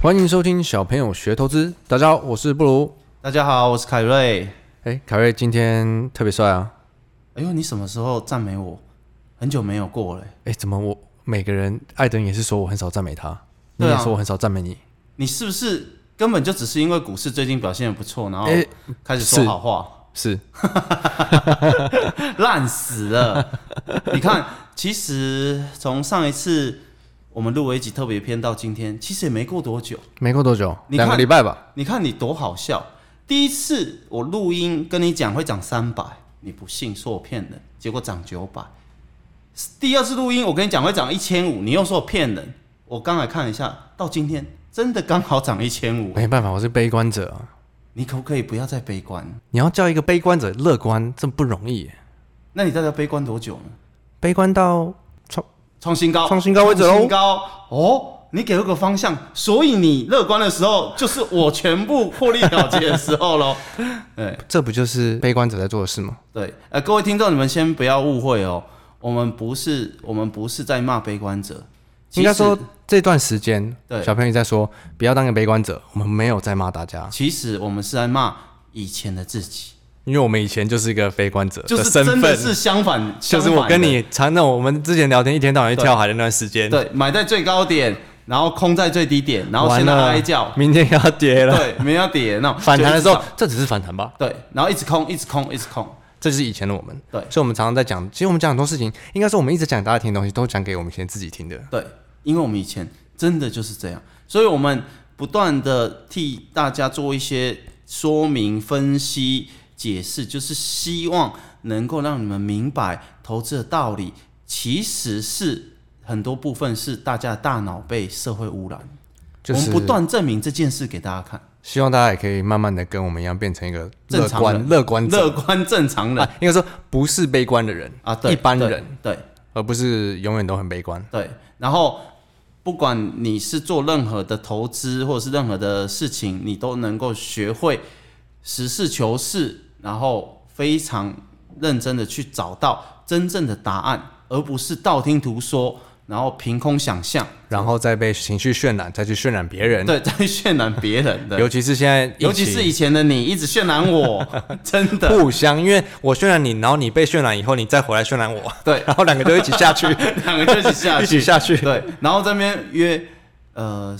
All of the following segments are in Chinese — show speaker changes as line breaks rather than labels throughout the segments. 欢迎收听小朋友学投资。大家好，我是布鲁。
大家好，我是凯瑞。
哎、凯瑞今天特别帅啊！
哎呦，你什么时候赞美我？很久没有过了欸。
哎、怎么我每个人艾登也是说我很少赞美他，你
对啊
也说我很少赞美你。
你是不是根本就只是因为股市最近表现的不错，然后
哎
开始
是
说好话，
是，
烂、死了？你看，其实从上一次我们录了一集特别篇到今天，其实也没过多久。
没过多久，
你看
两个礼拜吧。
你看你多好笑！第一次我录音跟你讲会涨三百，你不信，说我骗人，结果涨九百。第二次录音我跟你讲会涨一千五，你又说我骗人。我刚才看了一下，到今天真的刚好涨一千五。
没办法，我是悲观者啊。
你可不可以不要再悲观？
你要叫一个悲观者乐观，这不容易耶。
那你大概悲观多久呢？
悲观到创
创新高，
创新高为止咯
创新高哦，你给了个方向，所以你乐观的时候就是我全部获利了结的时候喽。对。
这不就是悲观者在做的事吗？
对，呃，各位听众，你们先不要误会哦，我们不是我们不是在骂悲观者，其
应
实
该说这段时间，
对
小朋友在说不要当个悲观者，我们没有在骂大家，
其实我们是在骂以前的自己，
因为我们以前就是一个悲观者
就是
身
真
份
的，是相反，
就是
相反
我
的
跟你常那种我们之前聊天一天到晚去跳海的那段时间，
对买在最高点，然后空在最低点，然后
完
现在
了
哀叫，
明天要跌了，
对，没有跌那种
反弹的时，
就
候
一直涨
这只是反弹吧，
对，然后一直空，一直空，一直空，
这就是以前的我们，
对
所以我们常常在讲，其实我们讲很多事情，应该说我们一直讲大家听的东西，都讲给我们以前自己听的，
对，因为我们以前真的就是这样，所以我们不断的替大家做一些说明、分析、解释，就是希望能够让你们明白投资的道理，其实是很多部分是大家的大脑被社会污染，
就
我
是
们不断证明这件事给大家看，
希望大家也可以慢慢的跟我们一样变成一个乐
正常人
观乐观者，
乐观正常人
啊，应该说不是悲观的人
啊，对，
一般
对
人，
对。
而不是永远都很悲观。
对，然后不管你是做任何的投资或者是任何的事情，你都能够学会实事求是，然后非常认真的去找到真正的答案，而不是道听途说，然后凭空想象，
然后再被情绪渲染，再去渲染别人，
对， 再渲染别人的。
尤其是现在疫情，
尤其是以前的你一直渲染 我，真的，
互相，因为我渲染你，然后你被渲染以后，你再回来渲染我，
对，
然后两个都一起下去，
两个就一起 下去，
一起下去
对，然后这边约，呃，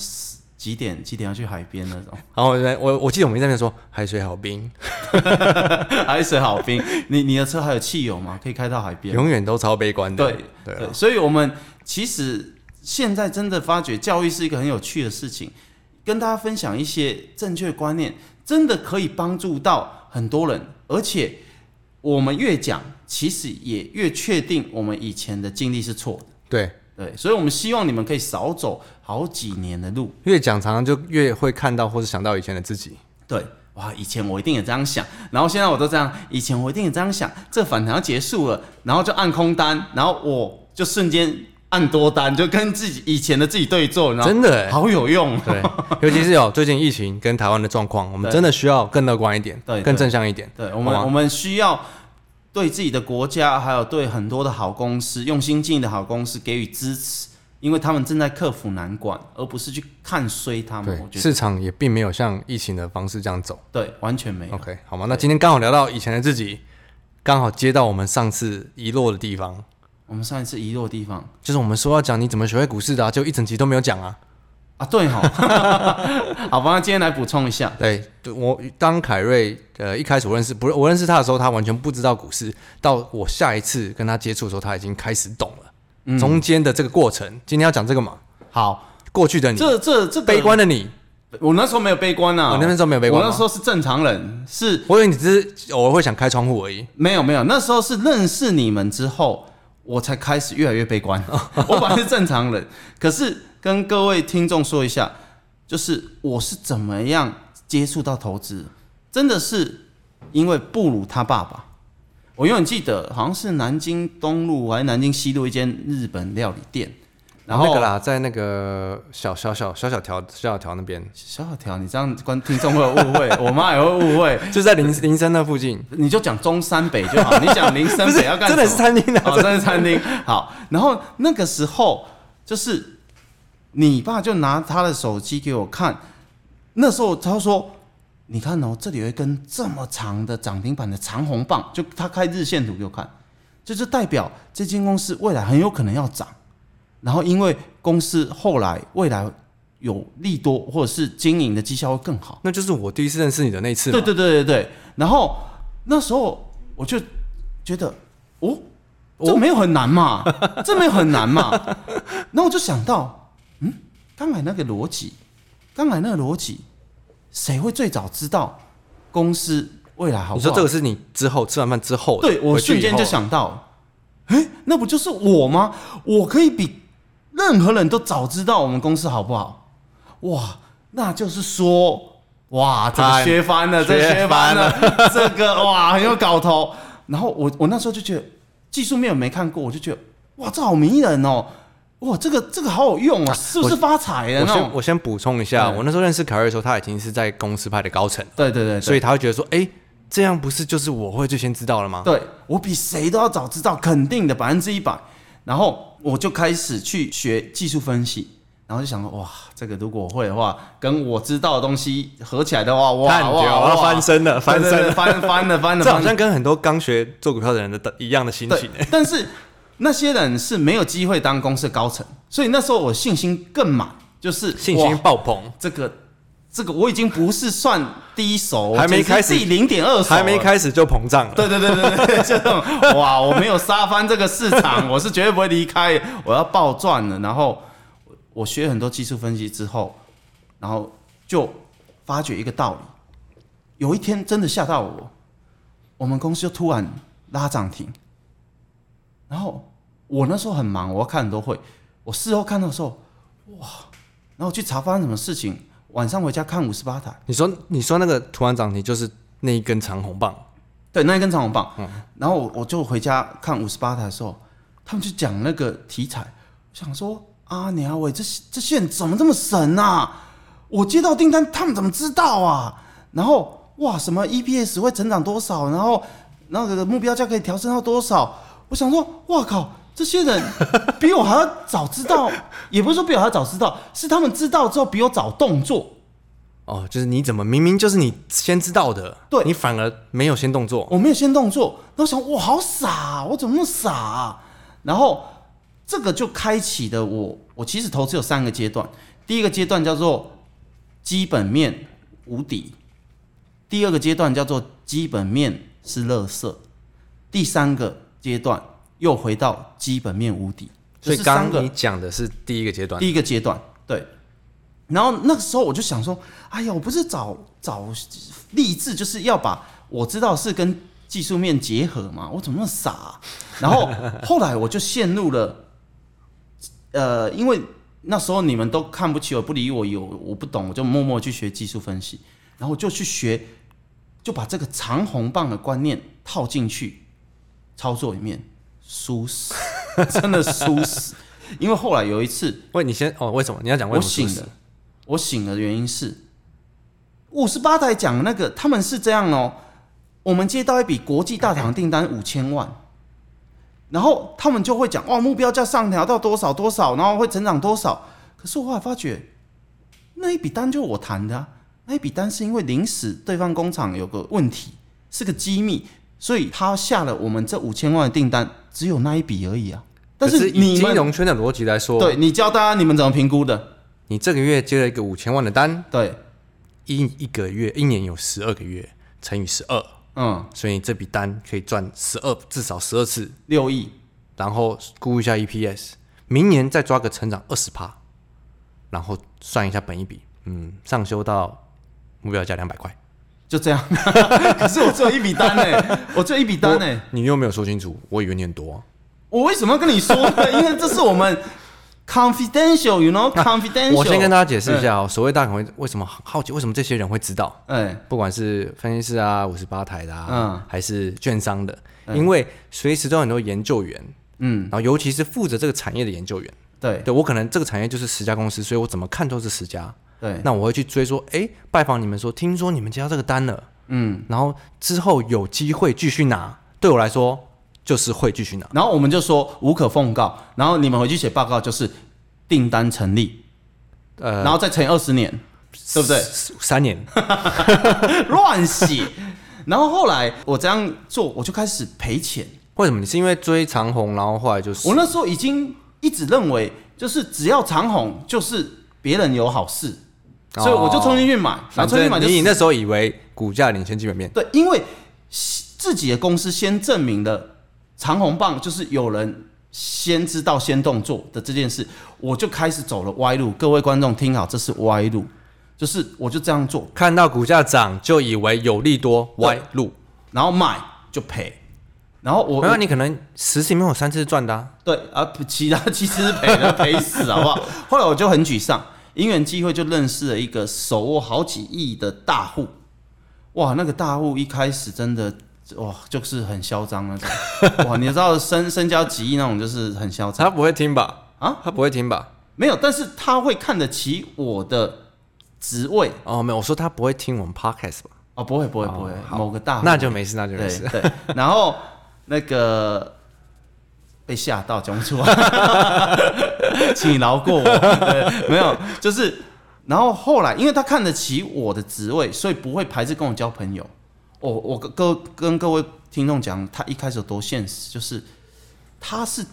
几点几点要去海边那种。
然后我在我我记得我们在那边说海水好冰，
海水好冰，你你的车还有汽油吗？可以开到海边。
永远都超悲观的。
对
对啊，
对，所以我们其实现在真的发觉教育是一个很有趣的事情，跟大家分享一些正确观念，真的可以帮助到很多人，而且我们越讲，其实也越确定我们以前的经历是错的。
对，
对，所以我们希望你们可以少走好几年的路。
越讲常常就越会看到或是想到以前的自 己。
对，哇，以前我一定也这样想，然后现在我都这样，以前我一定也这样想，这反弹要结束了，然后就按空单，然后我就瞬间按多单，就跟自己以前的自己对坐，然后
真的欸
好有用。啊
对，尤其是有最近疫情跟台湾的状况，我们
对
真的需要更乐观一点，
对对
更正向一点。
对我们
好吗
我们需要对自己的国家，还有对很多的好公司，用心经营的好公司给予支持，因为他们正在克服难关，而不是去看衰他们。我觉
对
得
市场也并没有像疫情的方式这样走。
对，完全没有。
OK，好吗？那今天刚好聊到以前的自己，刚好接到我们上次遗落的地方，
我们上一次遗落的地方
就是我们说要讲你怎么学会股市的、啊，就一整集都没有讲啊。
啊，对哈， 好吧，那今天来补充一下。
对，对我当凯瑞呃一开始我认识不是我认识他的时候，他完全不知道股市，到我下一次跟他接触的时候，他已经开始懂了。中间的这个过程，今天要讲这个嘛？
好，
过去的你，
这这这个
嗯悲，观的你，
我那时候没有悲观啊，
哦你那时候没有悲观吗
我那时候是正常人，是
我以为你只是偶尔会想开窗户而已。
没有没有，那时候是认识你们之后，我才开始越来越 悲观。我本来是正常人，可是跟各位听众说一下，就是我是怎么样接触到投资，真的是因为布鲁他爸爸。我永远记得，好像是南京东路还是南京西路一间日本料理店，然后
哦那个啦，在那个小小小小小条小小条那边，
小小条，你这样观听众会有误会，我妈也会误会。
就在林林森那附 近。
你就讲中山北就好，你讲林森
不是
北要干
真
什么？哦
的是餐厅啊
哦，真的是餐厅。好，然后那个时候就是你爸就拿他的手机给我看，那时候他说：“你看哦，这里有一根这么长的涨停板的长红棒，就他开日线图给我看，这就代表这间公司未来很有可能要涨。然后因为公司后来未来有利多或者是经营的绩效会更好。”
那就是我第一次认识你的那一次嘛。
对对对对对。然后那时候我就觉得，哦，这没有很 难嘛，这没有很难嘛。然后我就想到，嗯，刚才那个逻辑，刚才那个逻辑，谁会最早知道公司未来好不好？
你说这个是你之后吃完饭之后的，
对我
回去
瞬间
以后啊
就，想到，哎，那不就是我吗？我可以比任何人都早知道我们公司好不好？哇，那就是说，哇，这
太
个削翻了，这个
削
削翻了， 这个哇很有搞头。然后我我那时候就觉得技术面我没看过，我就觉得哇这好迷人哦，哇这个这个好有用哦，是不是发财
啊
了
我
那
先
种？
我先补充一下，
嗯
我那时候认识凯瑞的时候，他已经是在公司派的高层了，
对对对对，
所以他会觉得说，哎，这样不是就是我会最先知道了吗？
对我比谁都要早知道，肯定的，百分之一百。然后我就开始去学技术分析，然后就想说，哇，这个如果我会的话，跟我知道的东西合起来的话，哇
看
哇
屌
哇，
要翻身了翻身了
对对对翻翻了翻了，
这好
翻
像
了。
跟很多刚学做股票的人的一样的心
对
情。，
但是那些人是没有机会当公司的高层，所以那时候我信心更满，就是
信
哇
心爆棚，
这个。这个我已经不是算第一手，
还没开始
零点二手了，
还没开始就膨胀了。
对对对对对，这种哇，我没有杀翻这个市场，我是绝对不会离开，我要暴赚了。然后我我学很多技术分析之后，然后就发觉一个道理，有一天真的吓到我，我们公司就突然拉涨停，然后我那时候很忙，我要看很多会，我事后看到的时候，哇，然后我去查发生什么事情，晚上回家看五十八台。
你说你说那个突然涨停就是那一根长红棒，
对，那一根长红棒。然后我我就回家看五十八台的时候，他们就讲那个题材，我想说啊，鸟喂，这这线怎么这么神啊？我接到订单，他们怎么知道啊？然后哇，什么 EPS 会成长多少？然后那个目标价可以调升到多少？我想说，哇靠，这些人比我还要早知道，也不是说比我还要早知道，是他们知道之后比我早动作。
哦，就是你怎么明明就是你先知道的，
对
你反而没有先动作，
我没有先动作，然后想我好傻啊、我怎么那么傻啊、然后这个就开启的我，我其实投资有三个阶段，第一个阶段叫做基本面无敌，第二个阶段叫做基本面是垃圾，第三个阶段又回到基本面无敌，
所以
这是
刚
三
刚
个
你讲的是第一个阶段，
第一个阶段，对。然后那个时候我就想说，哎呀，我不是早早立志就是要把我知道是跟技术面结合嘛，我怎么那么傻啊、然后后来我就陷入了，呃，因为那时候你们都看不起我，不理我，有我不懂，我就默默去学技术分析，然后我就去学，就把这个长红棒的观念套进去操作里面，输死，真的输死。因为后来有一次，
喂，你先哦，为什么你要讲为
我
什么
醒
是
了，我醒了的原因是五十八台讲的那个，他们是这样哦，我们接到一笔国际大厂订单五千万，然后他们就会讲哇，哦目标价上调到多少多少，然后会成长多少。可是我后来发觉，那一笔单就是我谈的、啊，那一笔单是因为临时对方工厂有个问题，是个机密，所以他下了我们这五千万的订单，只有那一笔而已啊。但
可
是
以
你
金
们
融圈的逻辑来说，
对你教大家你们怎么评估的？
你这个月接了一个五千万的单，
对，
一一个月一年有十二个月乘以十二，
嗯。
所以你这笔单可以赚十二至少十二次，
六亿，
然后估一下 EPS，明年再抓个成长二十趴，然后算一下本一比，嗯，上修到目标价两百块。
就这样。 可是我只有一笔单呢、欸我只有一笔单呢、欸
我你又没有说清楚，我以为你很多啊、
我为什么要跟你说呢？因为这是我们 confidential，you know confidential。
我先跟大家解释一下哦，所谓大款会为什么好奇，为什么这些人会知道？
哎，哎、
不管是分析师啊、五十八台的啊，
嗯
还是券商的，因为随时都有很多研究员，
嗯，
然后尤其是负责这个产业的研究员。
对
对我可能这个产业就是十家公司，所以我怎么看都是十家。
对，
那我会去追说，哎，拜访你们说，听说你们接到这个单了，
嗯。
然后之后有机会继续拿，对我来说就是会继续拿。
然后我们就说无可奉告，然后你们回去写报告，就是订单成立，
呃，
然后再乘以二十年，对 不对？
三年，
乱写。然后后来我这样做，我就开始赔钱。
为什么？你是因为追长虹，然后后来就是
我那时候已经一直认为，就是只要长虹，就是别人有好事，
哦
所以我就冲进去买，然
反
后冲进去买
正
就
你
死
那时候以为股价领先基本面，
对，因为自己的公司先证明了长虹棒就是有人先知道先动作的这件事，我就开始走了歪路。各位观众听好，这是歪路，就是我就这样做，
看到股价涨就以为有利多
对
歪路，
然后买就赔，然后我
没有啊你可能十次里面有三次是赚的、啊，
对啊，其他其实是赔的，赔死好不好？后来我就很沮丧，因缘机会就认识了一个手握好几亿的大户，哇，那个大户一开始真的哇就是很嚣张那种，哇，你知道身身家几亿那种就是很嚣张
他不会听吧？
啊，
他不会听吧？
没有，但是他会看得起我的职位
哦，没有，我说他不会听我们 podcast 哦吧？
哦，不会不会不会，某个大户
那就没事，那就没
对
事。
对，然后那个被吓到讲不出来， 请你饶过我。对，没有，就是然后后来，因为他看得起我的职位，所以不会排斥跟我交朋友。我我跟各跟各位听众讲，他一开始有多现实，就是他是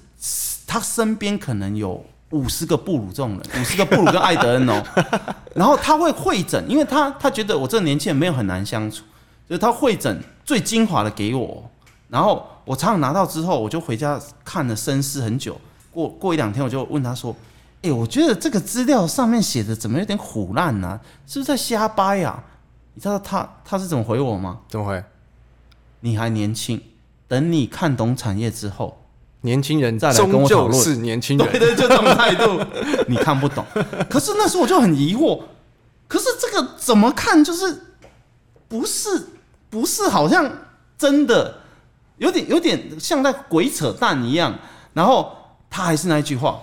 他身边可能有。五十个布鲁这种人，五十个布鲁跟艾德恩哦， 然后他会会诊，因为他他觉得我这个年轻人没有很难相处，就是他会诊最精华的给我，然后我常常拿到之后，我就回家看了深思很久。过过一两天，我就问他说：“哎、我觉得这个资料上面写的怎么有点虎烂呢、是不是在瞎掰呀、你知道他他是怎么回我吗？
怎么会？
你还年轻，等你看懂产业之后，
年轻人
再来跟
终
我讨
究
论
是年轻人，
对， 就这种态度，你看不懂。可是那时候我就很疑惑，可是这个怎么看就是不是不是好像真的有点有点像在鬼扯淡一样。然后他还是那一句话，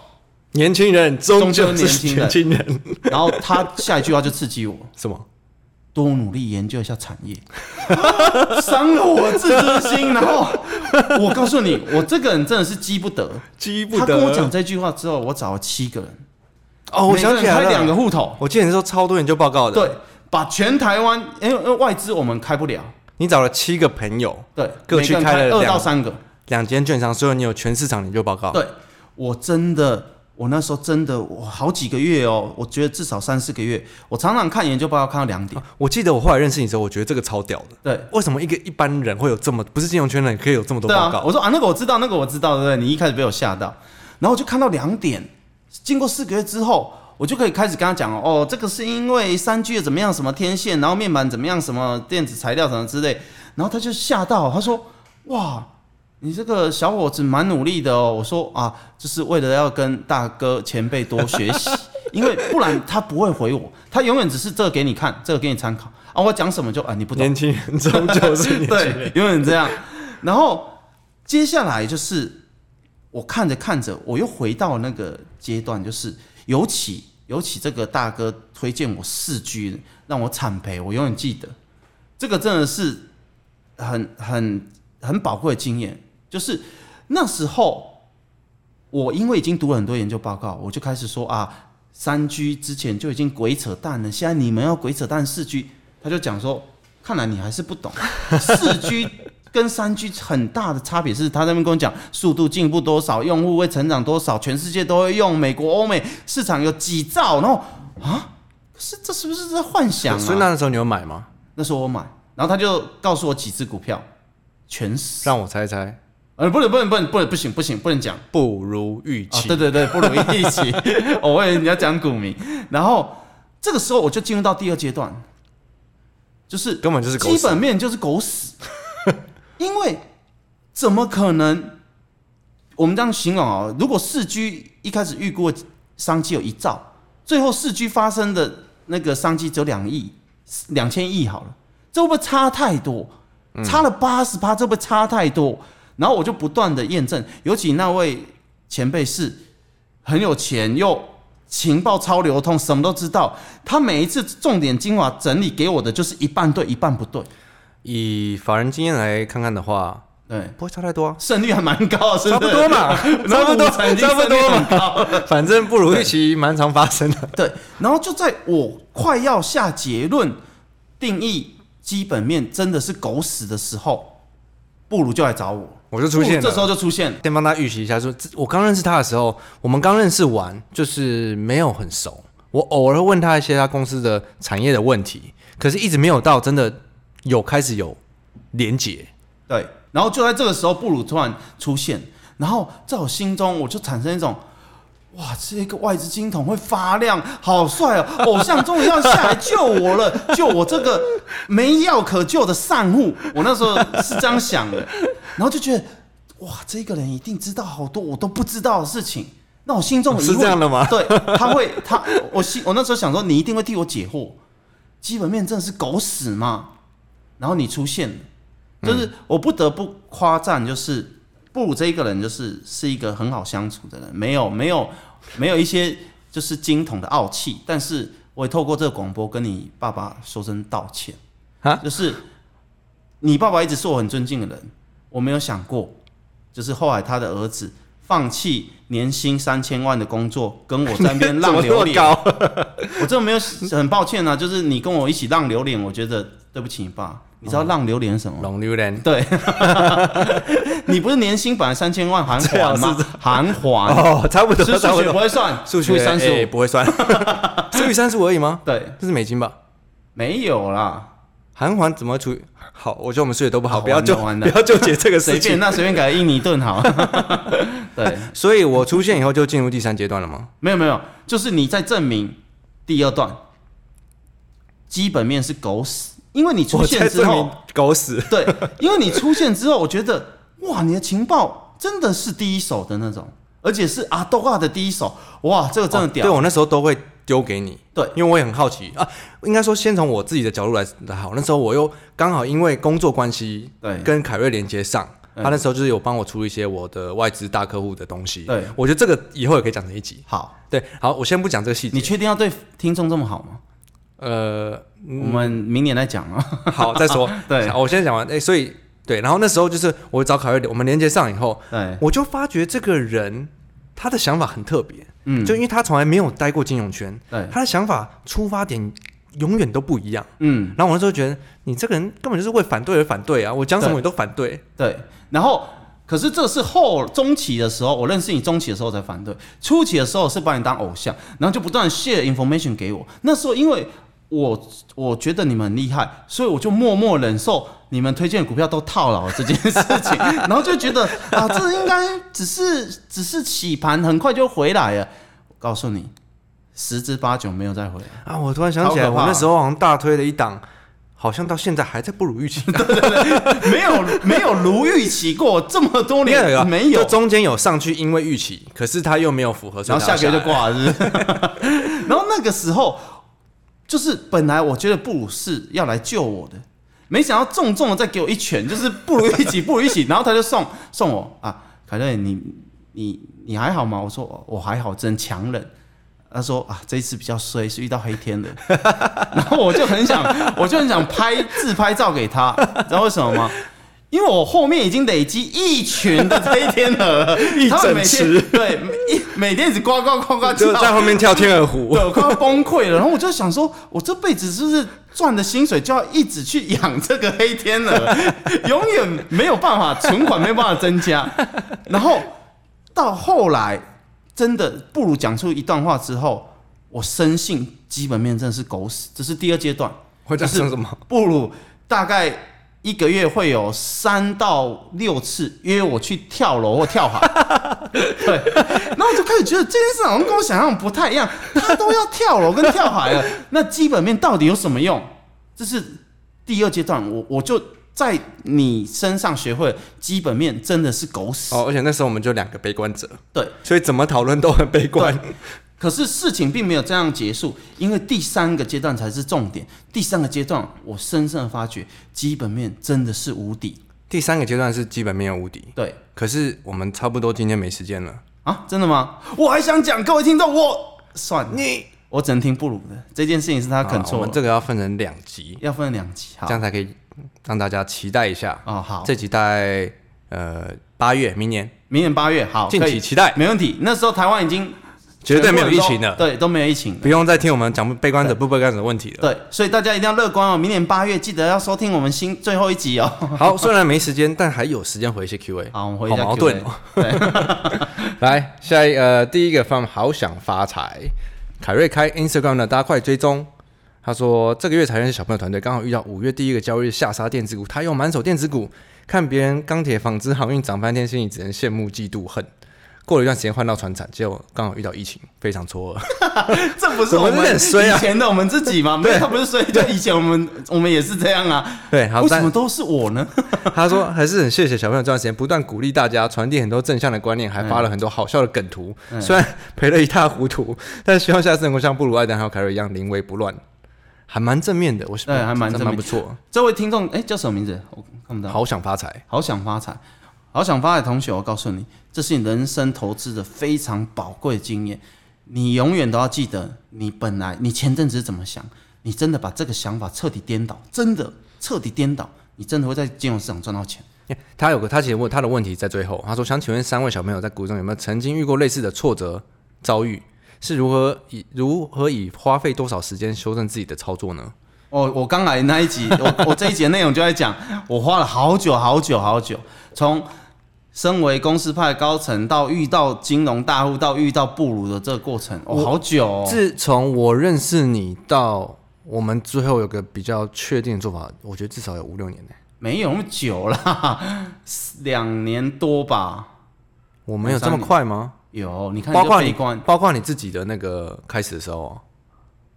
年轻人终究
终
是
究是
年
年
轻人。
然后他下一句话就刺激我，
什么？
多努力研究一下产业， 伤了我自尊心。然后我告诉你，我这个人真的是积不得。
记
他跟我讲这句话之后，我找了七个人，
哦，我
每个
想
人
起来
开
了，
两个户头，
我记得你说超多研究报告的，
对，把全台湾，因为因为外资我们开不了，
你找了七个朋友，
对，
各
每
区
个人
开了
开二
两
到三个，
两间券商，所以你有全市场研究报告。
对，我真的，我那时候真的，我好几个月哦，我觉得至少三四个月，我常常看研究报告看到两点，
我记得我后来认识你的时候，我觉得这个超屌的。
对。
为什么一个一般人会有这么不是金融圈的人可以有这么多
对
报
啊，
告？
我说啊，那个我知道，那个我知道，对不对？你一开始被我吓到，然后我就看到两点，经过四个月之后，我就可以开始跟他讲哦，哦，这个是因为三 G 的怎么样，什么天线，然后面板怎么样，什么电子材料什么之类，然后他就吓到，他说哇。你这个小伙子蛮努力的哦，我说啊，就是为了要跟大哥前辈多学习，因为不然他不会回我，他永远只是这个给你看，这个给你参考啊，我讲什么就啊你不懂，
年轻人终究是年轻人。
对，永远这样。然后接下来就是我看着看着，我又回到那个阶段，就是尤其尤其这个大哥推荐我四 G，让我惨赔，我永远记得。这个真的是很很很宝贵的经验，就是那时候我因为已经读了很多研究报告，我就开始说啊，三 G 之前就已经鬼扯淡了，现在你们要鬼扯淡四 G，他就讲说，看来你还是不懂， 四 G 跟三 G 很大的差别是，他在那边跟我讲速度进步多少，用户会成长多少，全世界都会用，美国、欧美市场有几兆，然后啊，可是这是不是在幻想啊？
所以那时候你有买吗？
那时候我买，然后他就告诉我几只股票，全死。
让我猜猜，
呃，不能不能不能不能不行不行不能讲
不如预
啊！
期。
对对对，不如一起。哦我以为你要讲股民，然后这个时候我就进入到第二阶段，就是
根本就是狗屎
基本面就是狗屎，因为怎么可能？我们这样形容啊，如果四 G 一开始预估的商机有一兆，最后四 G 发生的那个商机只有两亿、两千亿好了，这会不会差太多？
嗯
差了八十八，这会不会差太多？然后我就不断的验证，尤其那位前辈是很有钱又情报超流通，什么都知道。他每一次重点精华整理给我的就是一半对，一半不对。
以法人经验来看看的话，
对，
不会差太多啊，
胜率还蛮高的，是
差不多 嘛，
是
差不多，
然后五成
差不
胜率
多
很
嘛，
高
反正不如预期，蛮常发生的。
对，然后就在我快要下结论定义基本面真的是狗屎的时候，布鲁就来找我，
我就出现了
哦布鲁这时候就出现了。
先帮他预习一下说这我刚认识他的时候，我们刚认识完，就是没有很熟。我偶尔会问他一些他公司的产业的问题，可是一直没有到真的有开始有连结。
对，然后就在这个时候，布鲁突然出现，然后在我心中我就产生一种。哇，这个外资金桶会发亮，好帅哦！偶像终于要下来救我了，救我这个没药可救的散户。我那时候是这样想的，然后就觉得，哇，这个人一定知道好多我都不知道的事情。那我心中有疑问
是这样的吗
对，他会，他我心我那时候想说，你一定会替我解惑。基本面真的是狗屎吗？然后你出现了，
嗯
就是我不得不夸赞，就是布鲁这一个人，就是是一个很好相处的人，没有没有没有一些就是金童的傲气，但是我也透过这个广播跟你爸爸说声道歉
啊
就是你爸爸一直是我很尊敬的人，我没有想过，就是后来他的儿子放弃年薪三千万的工作，跟我在那边
怎
浪
么
流
那么
连，
高？
我真的没有，很抱歉啊，就是你跟我一起浪榴莲，我觉得对不起你爸。你
哦
知道浪榴莲是什么？
龙榴莲
对， 你不是年薪本来三千万含
最好
还
啊是
吗？含还，
哦，差不多，
是
差
数
不
学不
多。
会算，
数学
三十
哎
五，
不会算，除以三十五而已吗？
对，
这是美金吧？
没有啦，
韩环怎么除以？好，我觉得我们数学都不好，
好
不要
完了
纠
完
不
了
要纠结这个
随
事
便
情。
那随便改印尼盾 好。对，
所以我出现以后就进入第三阶段了吗？
没有没有，就是你在证明第二段基本面是狗屎，因为你出
我在
现之
证
后
明，狗屎。
对，因为你出现之后，我觉得哇，你的情报真的是第一手的那种，而且是阿多啊的第一手，哇，这个真的
哦
屌。
对我那时候都会丢给你，
对
因为我也很好奇啊。应该说，先从我自己的角度来来好，那时候我又刚好因为工作关系，
对
跟凯瑞连接上。
嗯
他那时候就是有帮我出一些我的外资大客户的东西，
对
我觉得这个以后也可以讲成一集。
好，
对，好，我先不讲这个细
你
节。
确定要对听众这么好吗？
呃，
我们明年再讲啊。。
好，再说
对
好我先讲完。哎、所以对，然后那时候就是我找凯瑞，我们连接上以后，
对，
我就发觉这个人他的想法很特别，
嗯，
就因为他从来没有待过金融圈，
对，
他的想法出发点永远都不一样。
嗯，
然后我那时候觉得，你这个人根本就是为反对而反对啊！我讲什么你都反对，
对。然后，可是这是后中期的时候，我认识你中期的时候才反对，初期的时候是把你当偶像，然后就不断 share information 给我。那时候因为我我觉得你们很厉害，所以我就默默忍受你们推荐的股票都套牢这件事情，然后就觉得啊，这应该只是只是洗盘，很快就回来了。我告诉你，十之八九没有再回来。
啊！我突然想起来，
好可
我
怕啊
那时候好像大推了一档，好像到现在还在不如预 期。
没有没有如预期过这么多
没有
年，没有
就，中间有上去，因为预期，可是他又没有符合，所
然
以
后下
它
个月就
来。
挂了，是不是？ 然后那个时候，就是本来我觉得布鲁士要来救我的，没想到重重的再给我一拳，就是不如一起，不如一起，然后他就送送我啊，凯瑞，你你你还好吗？我说我我还好，真强忍。他说啊，这一次比较衰，是遇到黑天的。 然后我就很想，我就很想拍自拍照给他，知道为什么吗？因为我后面已经累积一群的黑天鹅了，
一
他们每
整
天对每一每天一直呱呱呱呱
就
叫，
在后面跳天鹅湖
对，，我快要崩溃了。然后我就想说，我这辈子是不是赚的薪水就要一直去养这个黑 天鹅，永远没有办法存款，没有办法增加。然后到后来，真的布鲁讲出一段话之后，我深信基本面真的是狗屎，这是第二阶段。
我讲成什么？
布鲁大概一个月会有三到六次约我去跳楼或 跳海，对，然后我就开始觉得这件事好像跟我想象不太一样，他都要跳楼跟跳海了，那基本面到底有什么用？这是第二阶段，我我就在你身上学会了基本面真的是狗屎，
哦，而且那时候我们就两个悲观者，
对，
所以怎么讨论都很悲观。
可是事情并没有这样结束，因为第三个阶段才是重点。第三个阶段，我深深的发觉，基本面真的是无敌。
第三个阶段是基本面有无敌，
对，
可是我们差不多今天没时间了。
啊，真的吗？我还想讲，各位听众，我算了，
你
我只能听布鲁的这件事情是他肯
我
错
们
了，
这个要分成两集，
要分两集，好
这样才可以让大家期待一下。
哦，好，
这集大概呃八月明年，
明年八月好，
敬
可
请
以，
期待，
没问题。那时候台湾已经
绝对没有
全部
疫
人都
情了，
对，都没有疫情了。
不用再听我们讲悲观者不悲观者的问题了。
对，所以大家一定要乐观哦！明年八月记得要收听我们新最后一集哦。
好，虽然没时间，但还有时间回一些 Q&A。
好，我们回一下 Q&A。
矛盾哦。 来，下一呃，第一个 f r 好想发财，凯瑞开 Instagram 呢，大家快追踪。他说这个月裁员是小朋友团队，刚好遇到五月第一个交易日下杀电子股，他又满手电子股，看别人钢铁、纺织、航运涨翻天，心里只能羡慕、嫉妒、恨。过了一段时间换到船产，结果刚好遇到疫情，非常 错愕。
这不是
怎
我
么有
们
点衰啊
以前的我们自 己吗？没有，他不是衰，就以前我们我们也是这样啊。
对，好，
为什
但
么都是我呢？
他说还是很谢谢小朋友这段时间不断鼓励大家，传递很多正向的观念，还发了很多好笑的梗图。
嗯
虽然赔了一塌糊涂，但希望下次能够像布鲁艾登还有凯瑞一样临危不乱，还蛮正面的。我是
对嗯还蛮正面嗯
蛮不错，
这位听众，哎，叫什么名字？我看不到。
好想发财。
好想发财，好想发财，同学，我告诉你，这是你人生投资的非常宝贵经验。你永远都要记得，你本来你前阵子是怎么想，你真的把这个想法彻底颠倒，真的彻底颠倒，你真的会在金融市场赚到钱。
他有个他其实问他的问题在最后，他说想请问三位小朋友在股中有没有曾经遇过类似的挫折遭遇？是如何以如何以花费多少时间修正自己的操作呢？
我哦我刚来那一集，我 我这一集的内容就在讲，我花了好久好久好久，从身为公司派高层到遇到金融大户，到遇到布鲁的这个过程，哦，好久、哦。
自从我认识你到我们最后有个比较确定的做法，我觉得至少有五六年呢、
没有那么久啦， 两年多吧。
我们有这么快吗？
有，你看
包括
你
你
就悲观，
包括你自己的那个开始的时候，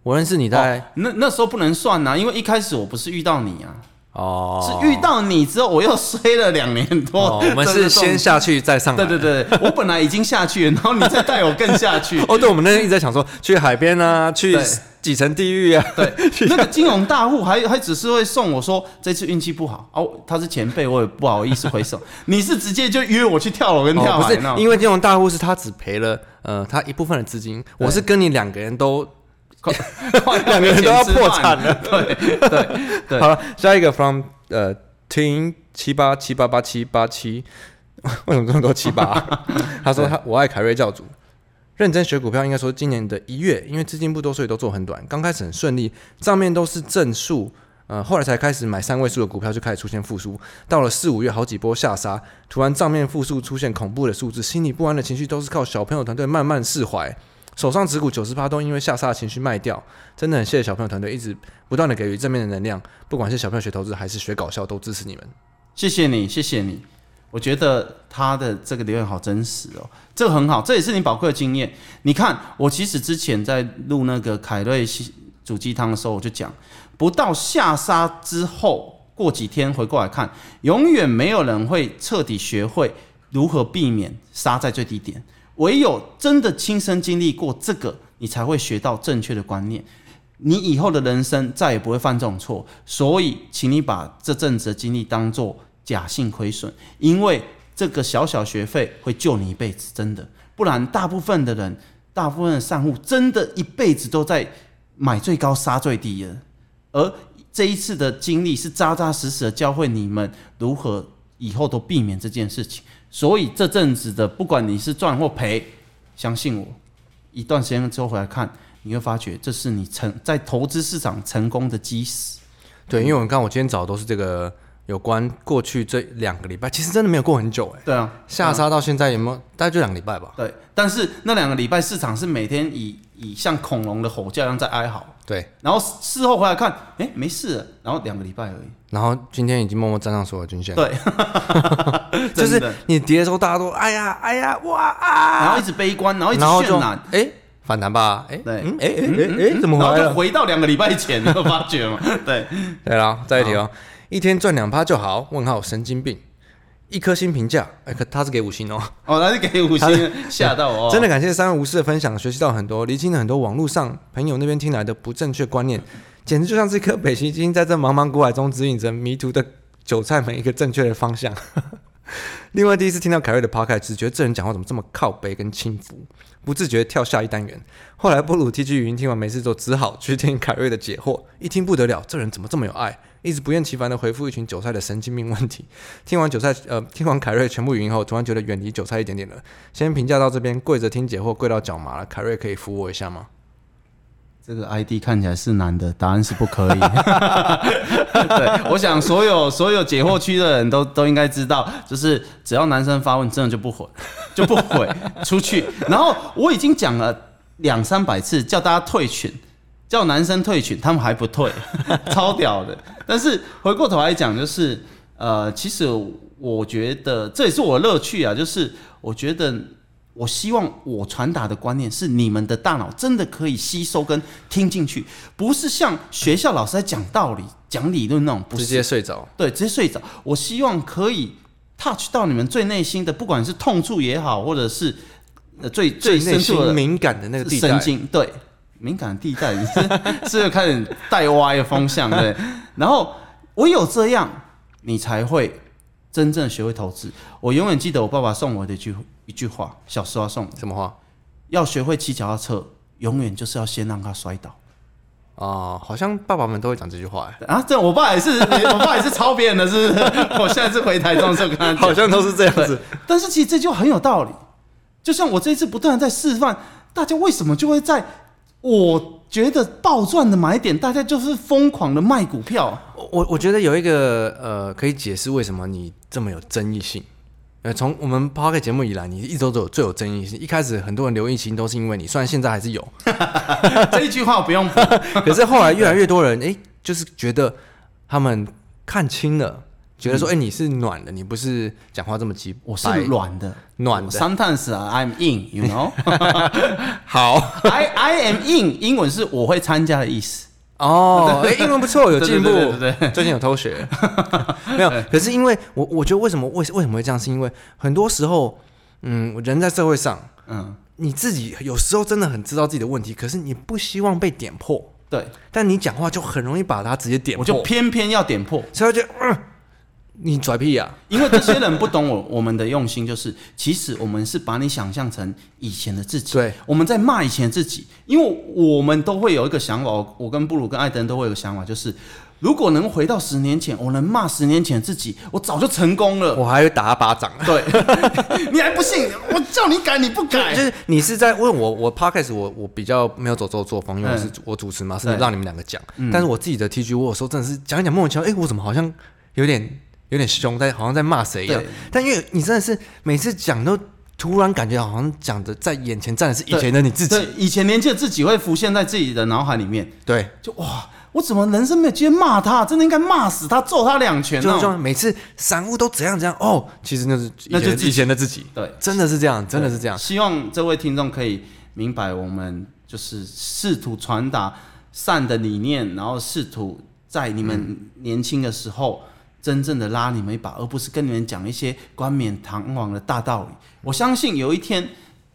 我认识你在
哦那那时候不能算啊呐、因为一开始我不是遇到你啊，
哦，
是遇到你之后我又衰了两年多。
哦，我们
真
是
的中
先下去再上来。。
对对对，对我本来已经下去了，然后你再带我更下去
哦，对，我们那天一直在想说去海边啊，去
对
几层地狱啊，
对，那个金融大户还还只是会送我说这次运气不好哦，他是前辈，我也不好意思 回首。你是直接就约我去跳楼跟
哦、
跳
不
海
是
那种，
因为这种大户是他只赔了呃他一部分的资金，我是跟你两个人都 两个人都要破产
了。对，对
好了，下一个 from 呃 team 七八七八八七八七， 为什么这么多七八啊、他说他我爱凯瑞教主，认真学股票，应该说今年的一月，因为资金不多，所以都做很短。刚开始很顺利，账面都是正数，呃，后来才开始买三位数的股票，就开始出现复苏。到了四五月，好几波下杀，突然账面复苏出现恐怖的数字，心里不安的情绪都是靠小朋友团队慢慢释怀。手上持股九十八都因为下杀的情绪卖掉，真的很谢谢小朋友团队一直不断的给予正面的能量，不管是小朋友学投资还是学搞笑，都支持你们。
谢谢你，谢谢你。我觉得他的这个留言好真实哦，这个很好，这也是你宝贵的经验。你看，我其实之前在录那个凯瑞西煮鸡汤的时候，我就讲，不到下沙之后，过几天回过来看，永远没有人会彻底学会如何避免杀在最低点，唯有真的亲身经历过这个，你才会学到正确的观念。你以后的人生再也不会犯这种错。所以，请你把这阵子的经历当做假性亏损，因为这个小小学费会救你一辈子，真的。不然，大部分的人，大部分的散户，真的一辈子都在买最高杀最低的。而这一次的经历是扎扎实实的教会你们如何以后都避免这件事情。所以这阵子的，不管你是赚或赔，相信我，一段时间之后回来看，你会发觉这是你成在投资市场成功的基石。
对，因为我看我今天找的都是这个有关过去这两个礼拜，其实真的没有过很久哎、
对啊，
下杀到现在有没有？
嗯
大概就两个礼拜吧。
对。但是那两个礼拜市场是每天以以像恐龙的吼叫一样在哀嚎，
对，
然后事后回来看，哎、没事了，然后两个礼拜而已。
然后今天已经默默站上所有均线，
对，
就
真
是
的
你跌的时候大家都哎呀哎呀哇啊，
然后一直悲观，然后一直
然后就
渲染，
哎反弹吧，哎
对
嗯哎哎哎哎怎么
然后
回来
就
了？
回到两个礼拜前，你有发觉吗？ 对，
对啦，再一题哦，一天赚两趴就好？问号神经病，一颗星评价，哎可他是给五星哦。
哦，他是给五星，吓到我、哦，
真
的
的感谢三位无私的分享，学习到很多，厘清了很多网络上朋友那边听来的不正确观念，简直就像是一颗北极星在这茫茫股海中指引着迷途的韭菜们一个正确的方向。 另外，第一次听到凯瑞的 podcast，只觉得这人讲话怎么这么靠背跟轻浮，不自觉跳下一单元。后来布鲁 T G 语音听完没事做，只好去听凯瑞的解惑，一听不得了，这人怎么这么有爱？一直不厌其烦的回复一群韭菜的神经病问题。听完韭菜，呃，听完凯瑞全部语音后，突然觉得远离韭菜一点点了。先评价到这边，跪着听解惑跪到脚麻了。凯瑞可以扶我一下吗？
这个 ID 看起来是男的，答案是不可以。 对，我想所有所有解惑区的人都都应该知道，就是只要男生发问，真的就不回，就不回出去。然后我已经讲了两三百次，叫大家退群，叫男生退群，他们还不退， 超屌的。但是回过头来讲，就是呃，其实我觉得这也是我的乐趣啊，就是我觉得我希望我传达的观念是你们的大脑真的可以吸收跟听进去，不是像学校老师在讲道理、讲理论那种，不
直
是
接睡着。
对，直接睡着。我希望可以 touch 到你们最内心的，不管是痛处也好，或者是呃最最
内
深处
心
的
敏感的那个地带
神，经，对，敏感地带，你是是不是开始带歪的风 向，对。然后唯有这样，你才会真正学会投资。我永远记得我爸爸送我的一句一句话，小时候他送我，
什么话？
要学会骑脚踏车，永远就是要先让他摔倒。
哦，好像爸爸们都会讲这句话、欸，
啊，这我爸也是，我爸也是抄别人的，是 不是？我下次回台中的时候跟他讲
好。像都是这样子。
但是其实这就很有道理。就像我这一次不断的在示范，大家为什么就会在我觉得暴赚的买点，大家就是疯狂的卖股票。
我我觉得有一个呃，可以解释为什么你这么有争议性。呃，从我们 p o c k e t 节目以来，你一直都有最有争议性。一开始很多人留意心都是因为你，虽然现在还是 有，
这一句话 不用补，
可是后来越来越多人，哎、就是觉得他们看清了，觉得说，哎、你是暖的，你不是讲话这么急，
我是
白
软的。
暖的，
Sometimes 啊 I'm in, you know.
好
I I am in，英文是我会参加的意思。
哦，哎、英文不错，有进步，
对对对对对
最近有偷学， 没有。可是因为我我觉得为什么为为什么会这样，是因为很多时候，嗯，人在社会上，
嗯，
你自己有时候真的很知道自己的问题，可是你不希望被点破，
对，
但你讲话就很容易把它直接点
我
破，
就偏偏要点破。
所以他就、嗯、你拽屁啊呀、
因为这些人不懂我 我们的用心，就是其实我们是把你想象成以前的自己，
对，
我们在骂以前的自己，因为我们都会有一个想法，我我跟布鲁跟艾登都会有个想法，就是如果能回到十年前，我能骂十年前的自己，我早就成功 了。
我还会打他巴掌。
对， 你还不信？我叫你改，你不 改
就。是你是在问我，我 podcast 我我比较没有走这个作风，因为我是
嗯
主我主持嘛，是
对嗯
让你们两个讲。但是我自己的 TG，我有时候真的是讲一讲莫名其妙，哎、我怎么好像有点有点凶，在好像在骂谁一样
对。
但因为你真的是每次讲都突然感觉好像讲的在眼前站的是以前的你自己，
对，以前年轻的自己会浮现在自己的脑海里面，
对，
就哇，我怎么人生没有机会骂他？真的应该骂死他，揍他两拳
就
那
就
种。
每次散户都怎样怎样哦，其实那是
那
以
就
前
自己
以前的自己，
对，
真的是这样，真的是这样。
希望这位听众可以明白，我们就是试图传达善的理念，然后试图在你们
嗯
年轻的时候真正的拉你们一把，而不是跟你们讲一些冠冕堂皇的大道理。我相信有一天，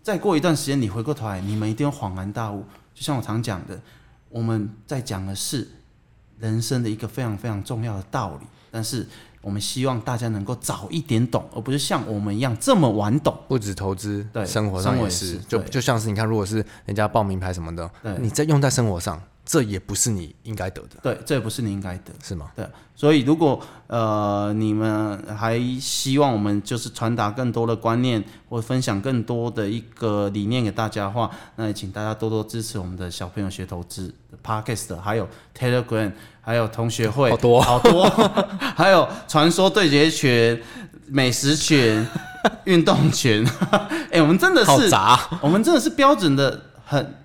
再过一段时间，你回过头来，你们一定会恍然大悟。就像我常讲的，我们在讲的是人生的一个非常非常重要的道理，但是。我们希望大家能够早一点懂，而不是像我们一样这么晚懂。
不止投资，
对
生活上
生活
也
也
是
是，
就
对
就像是你看，如果是人家报名牌什么的
对，
你在用在生活上，这也不是你应该得的，
对，这也不是你应该的。
是吗？
对，所以如果呃你们还希望我们就是传达更多的观念，或分享更多的一个理念给大家的话，那也请大家多多支持我们的小朋友学投资的 Podcast，还有 Telegram，还有同学会，
好多
好多， 还有传说对决群、美 食群、运动群， 哎、我们真的
好
是
杂，
我们真的是标准的很，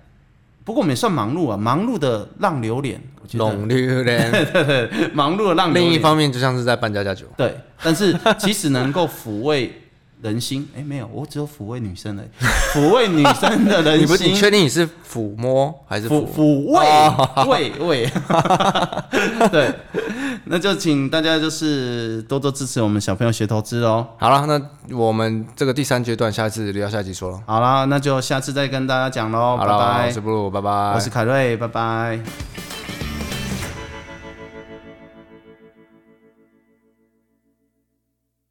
不过我们也算忙碌啊，忙碌的浪流连，我觉得
拢榴莲。
忙碌的浪流
另
连。
一方面，就像是在办家家酒，
对，但是其实能够抚慰人心， 哎、没有，我只有抚慰女生的， 抚慰女生的人
你不你
心，
确定你是抚摸还是
抚
抚？哦
抚慰慰 慰，对，那就请大家就是多多支持我们小朋友学投资喽。
好了，那我们这个第三阶段，下一次留到下一集说了。
好啦，那就下次再跟大家讲喽，
好
拜
了，我
拜
是。布鲁，拜拜。
我是凯瑞，拜拜。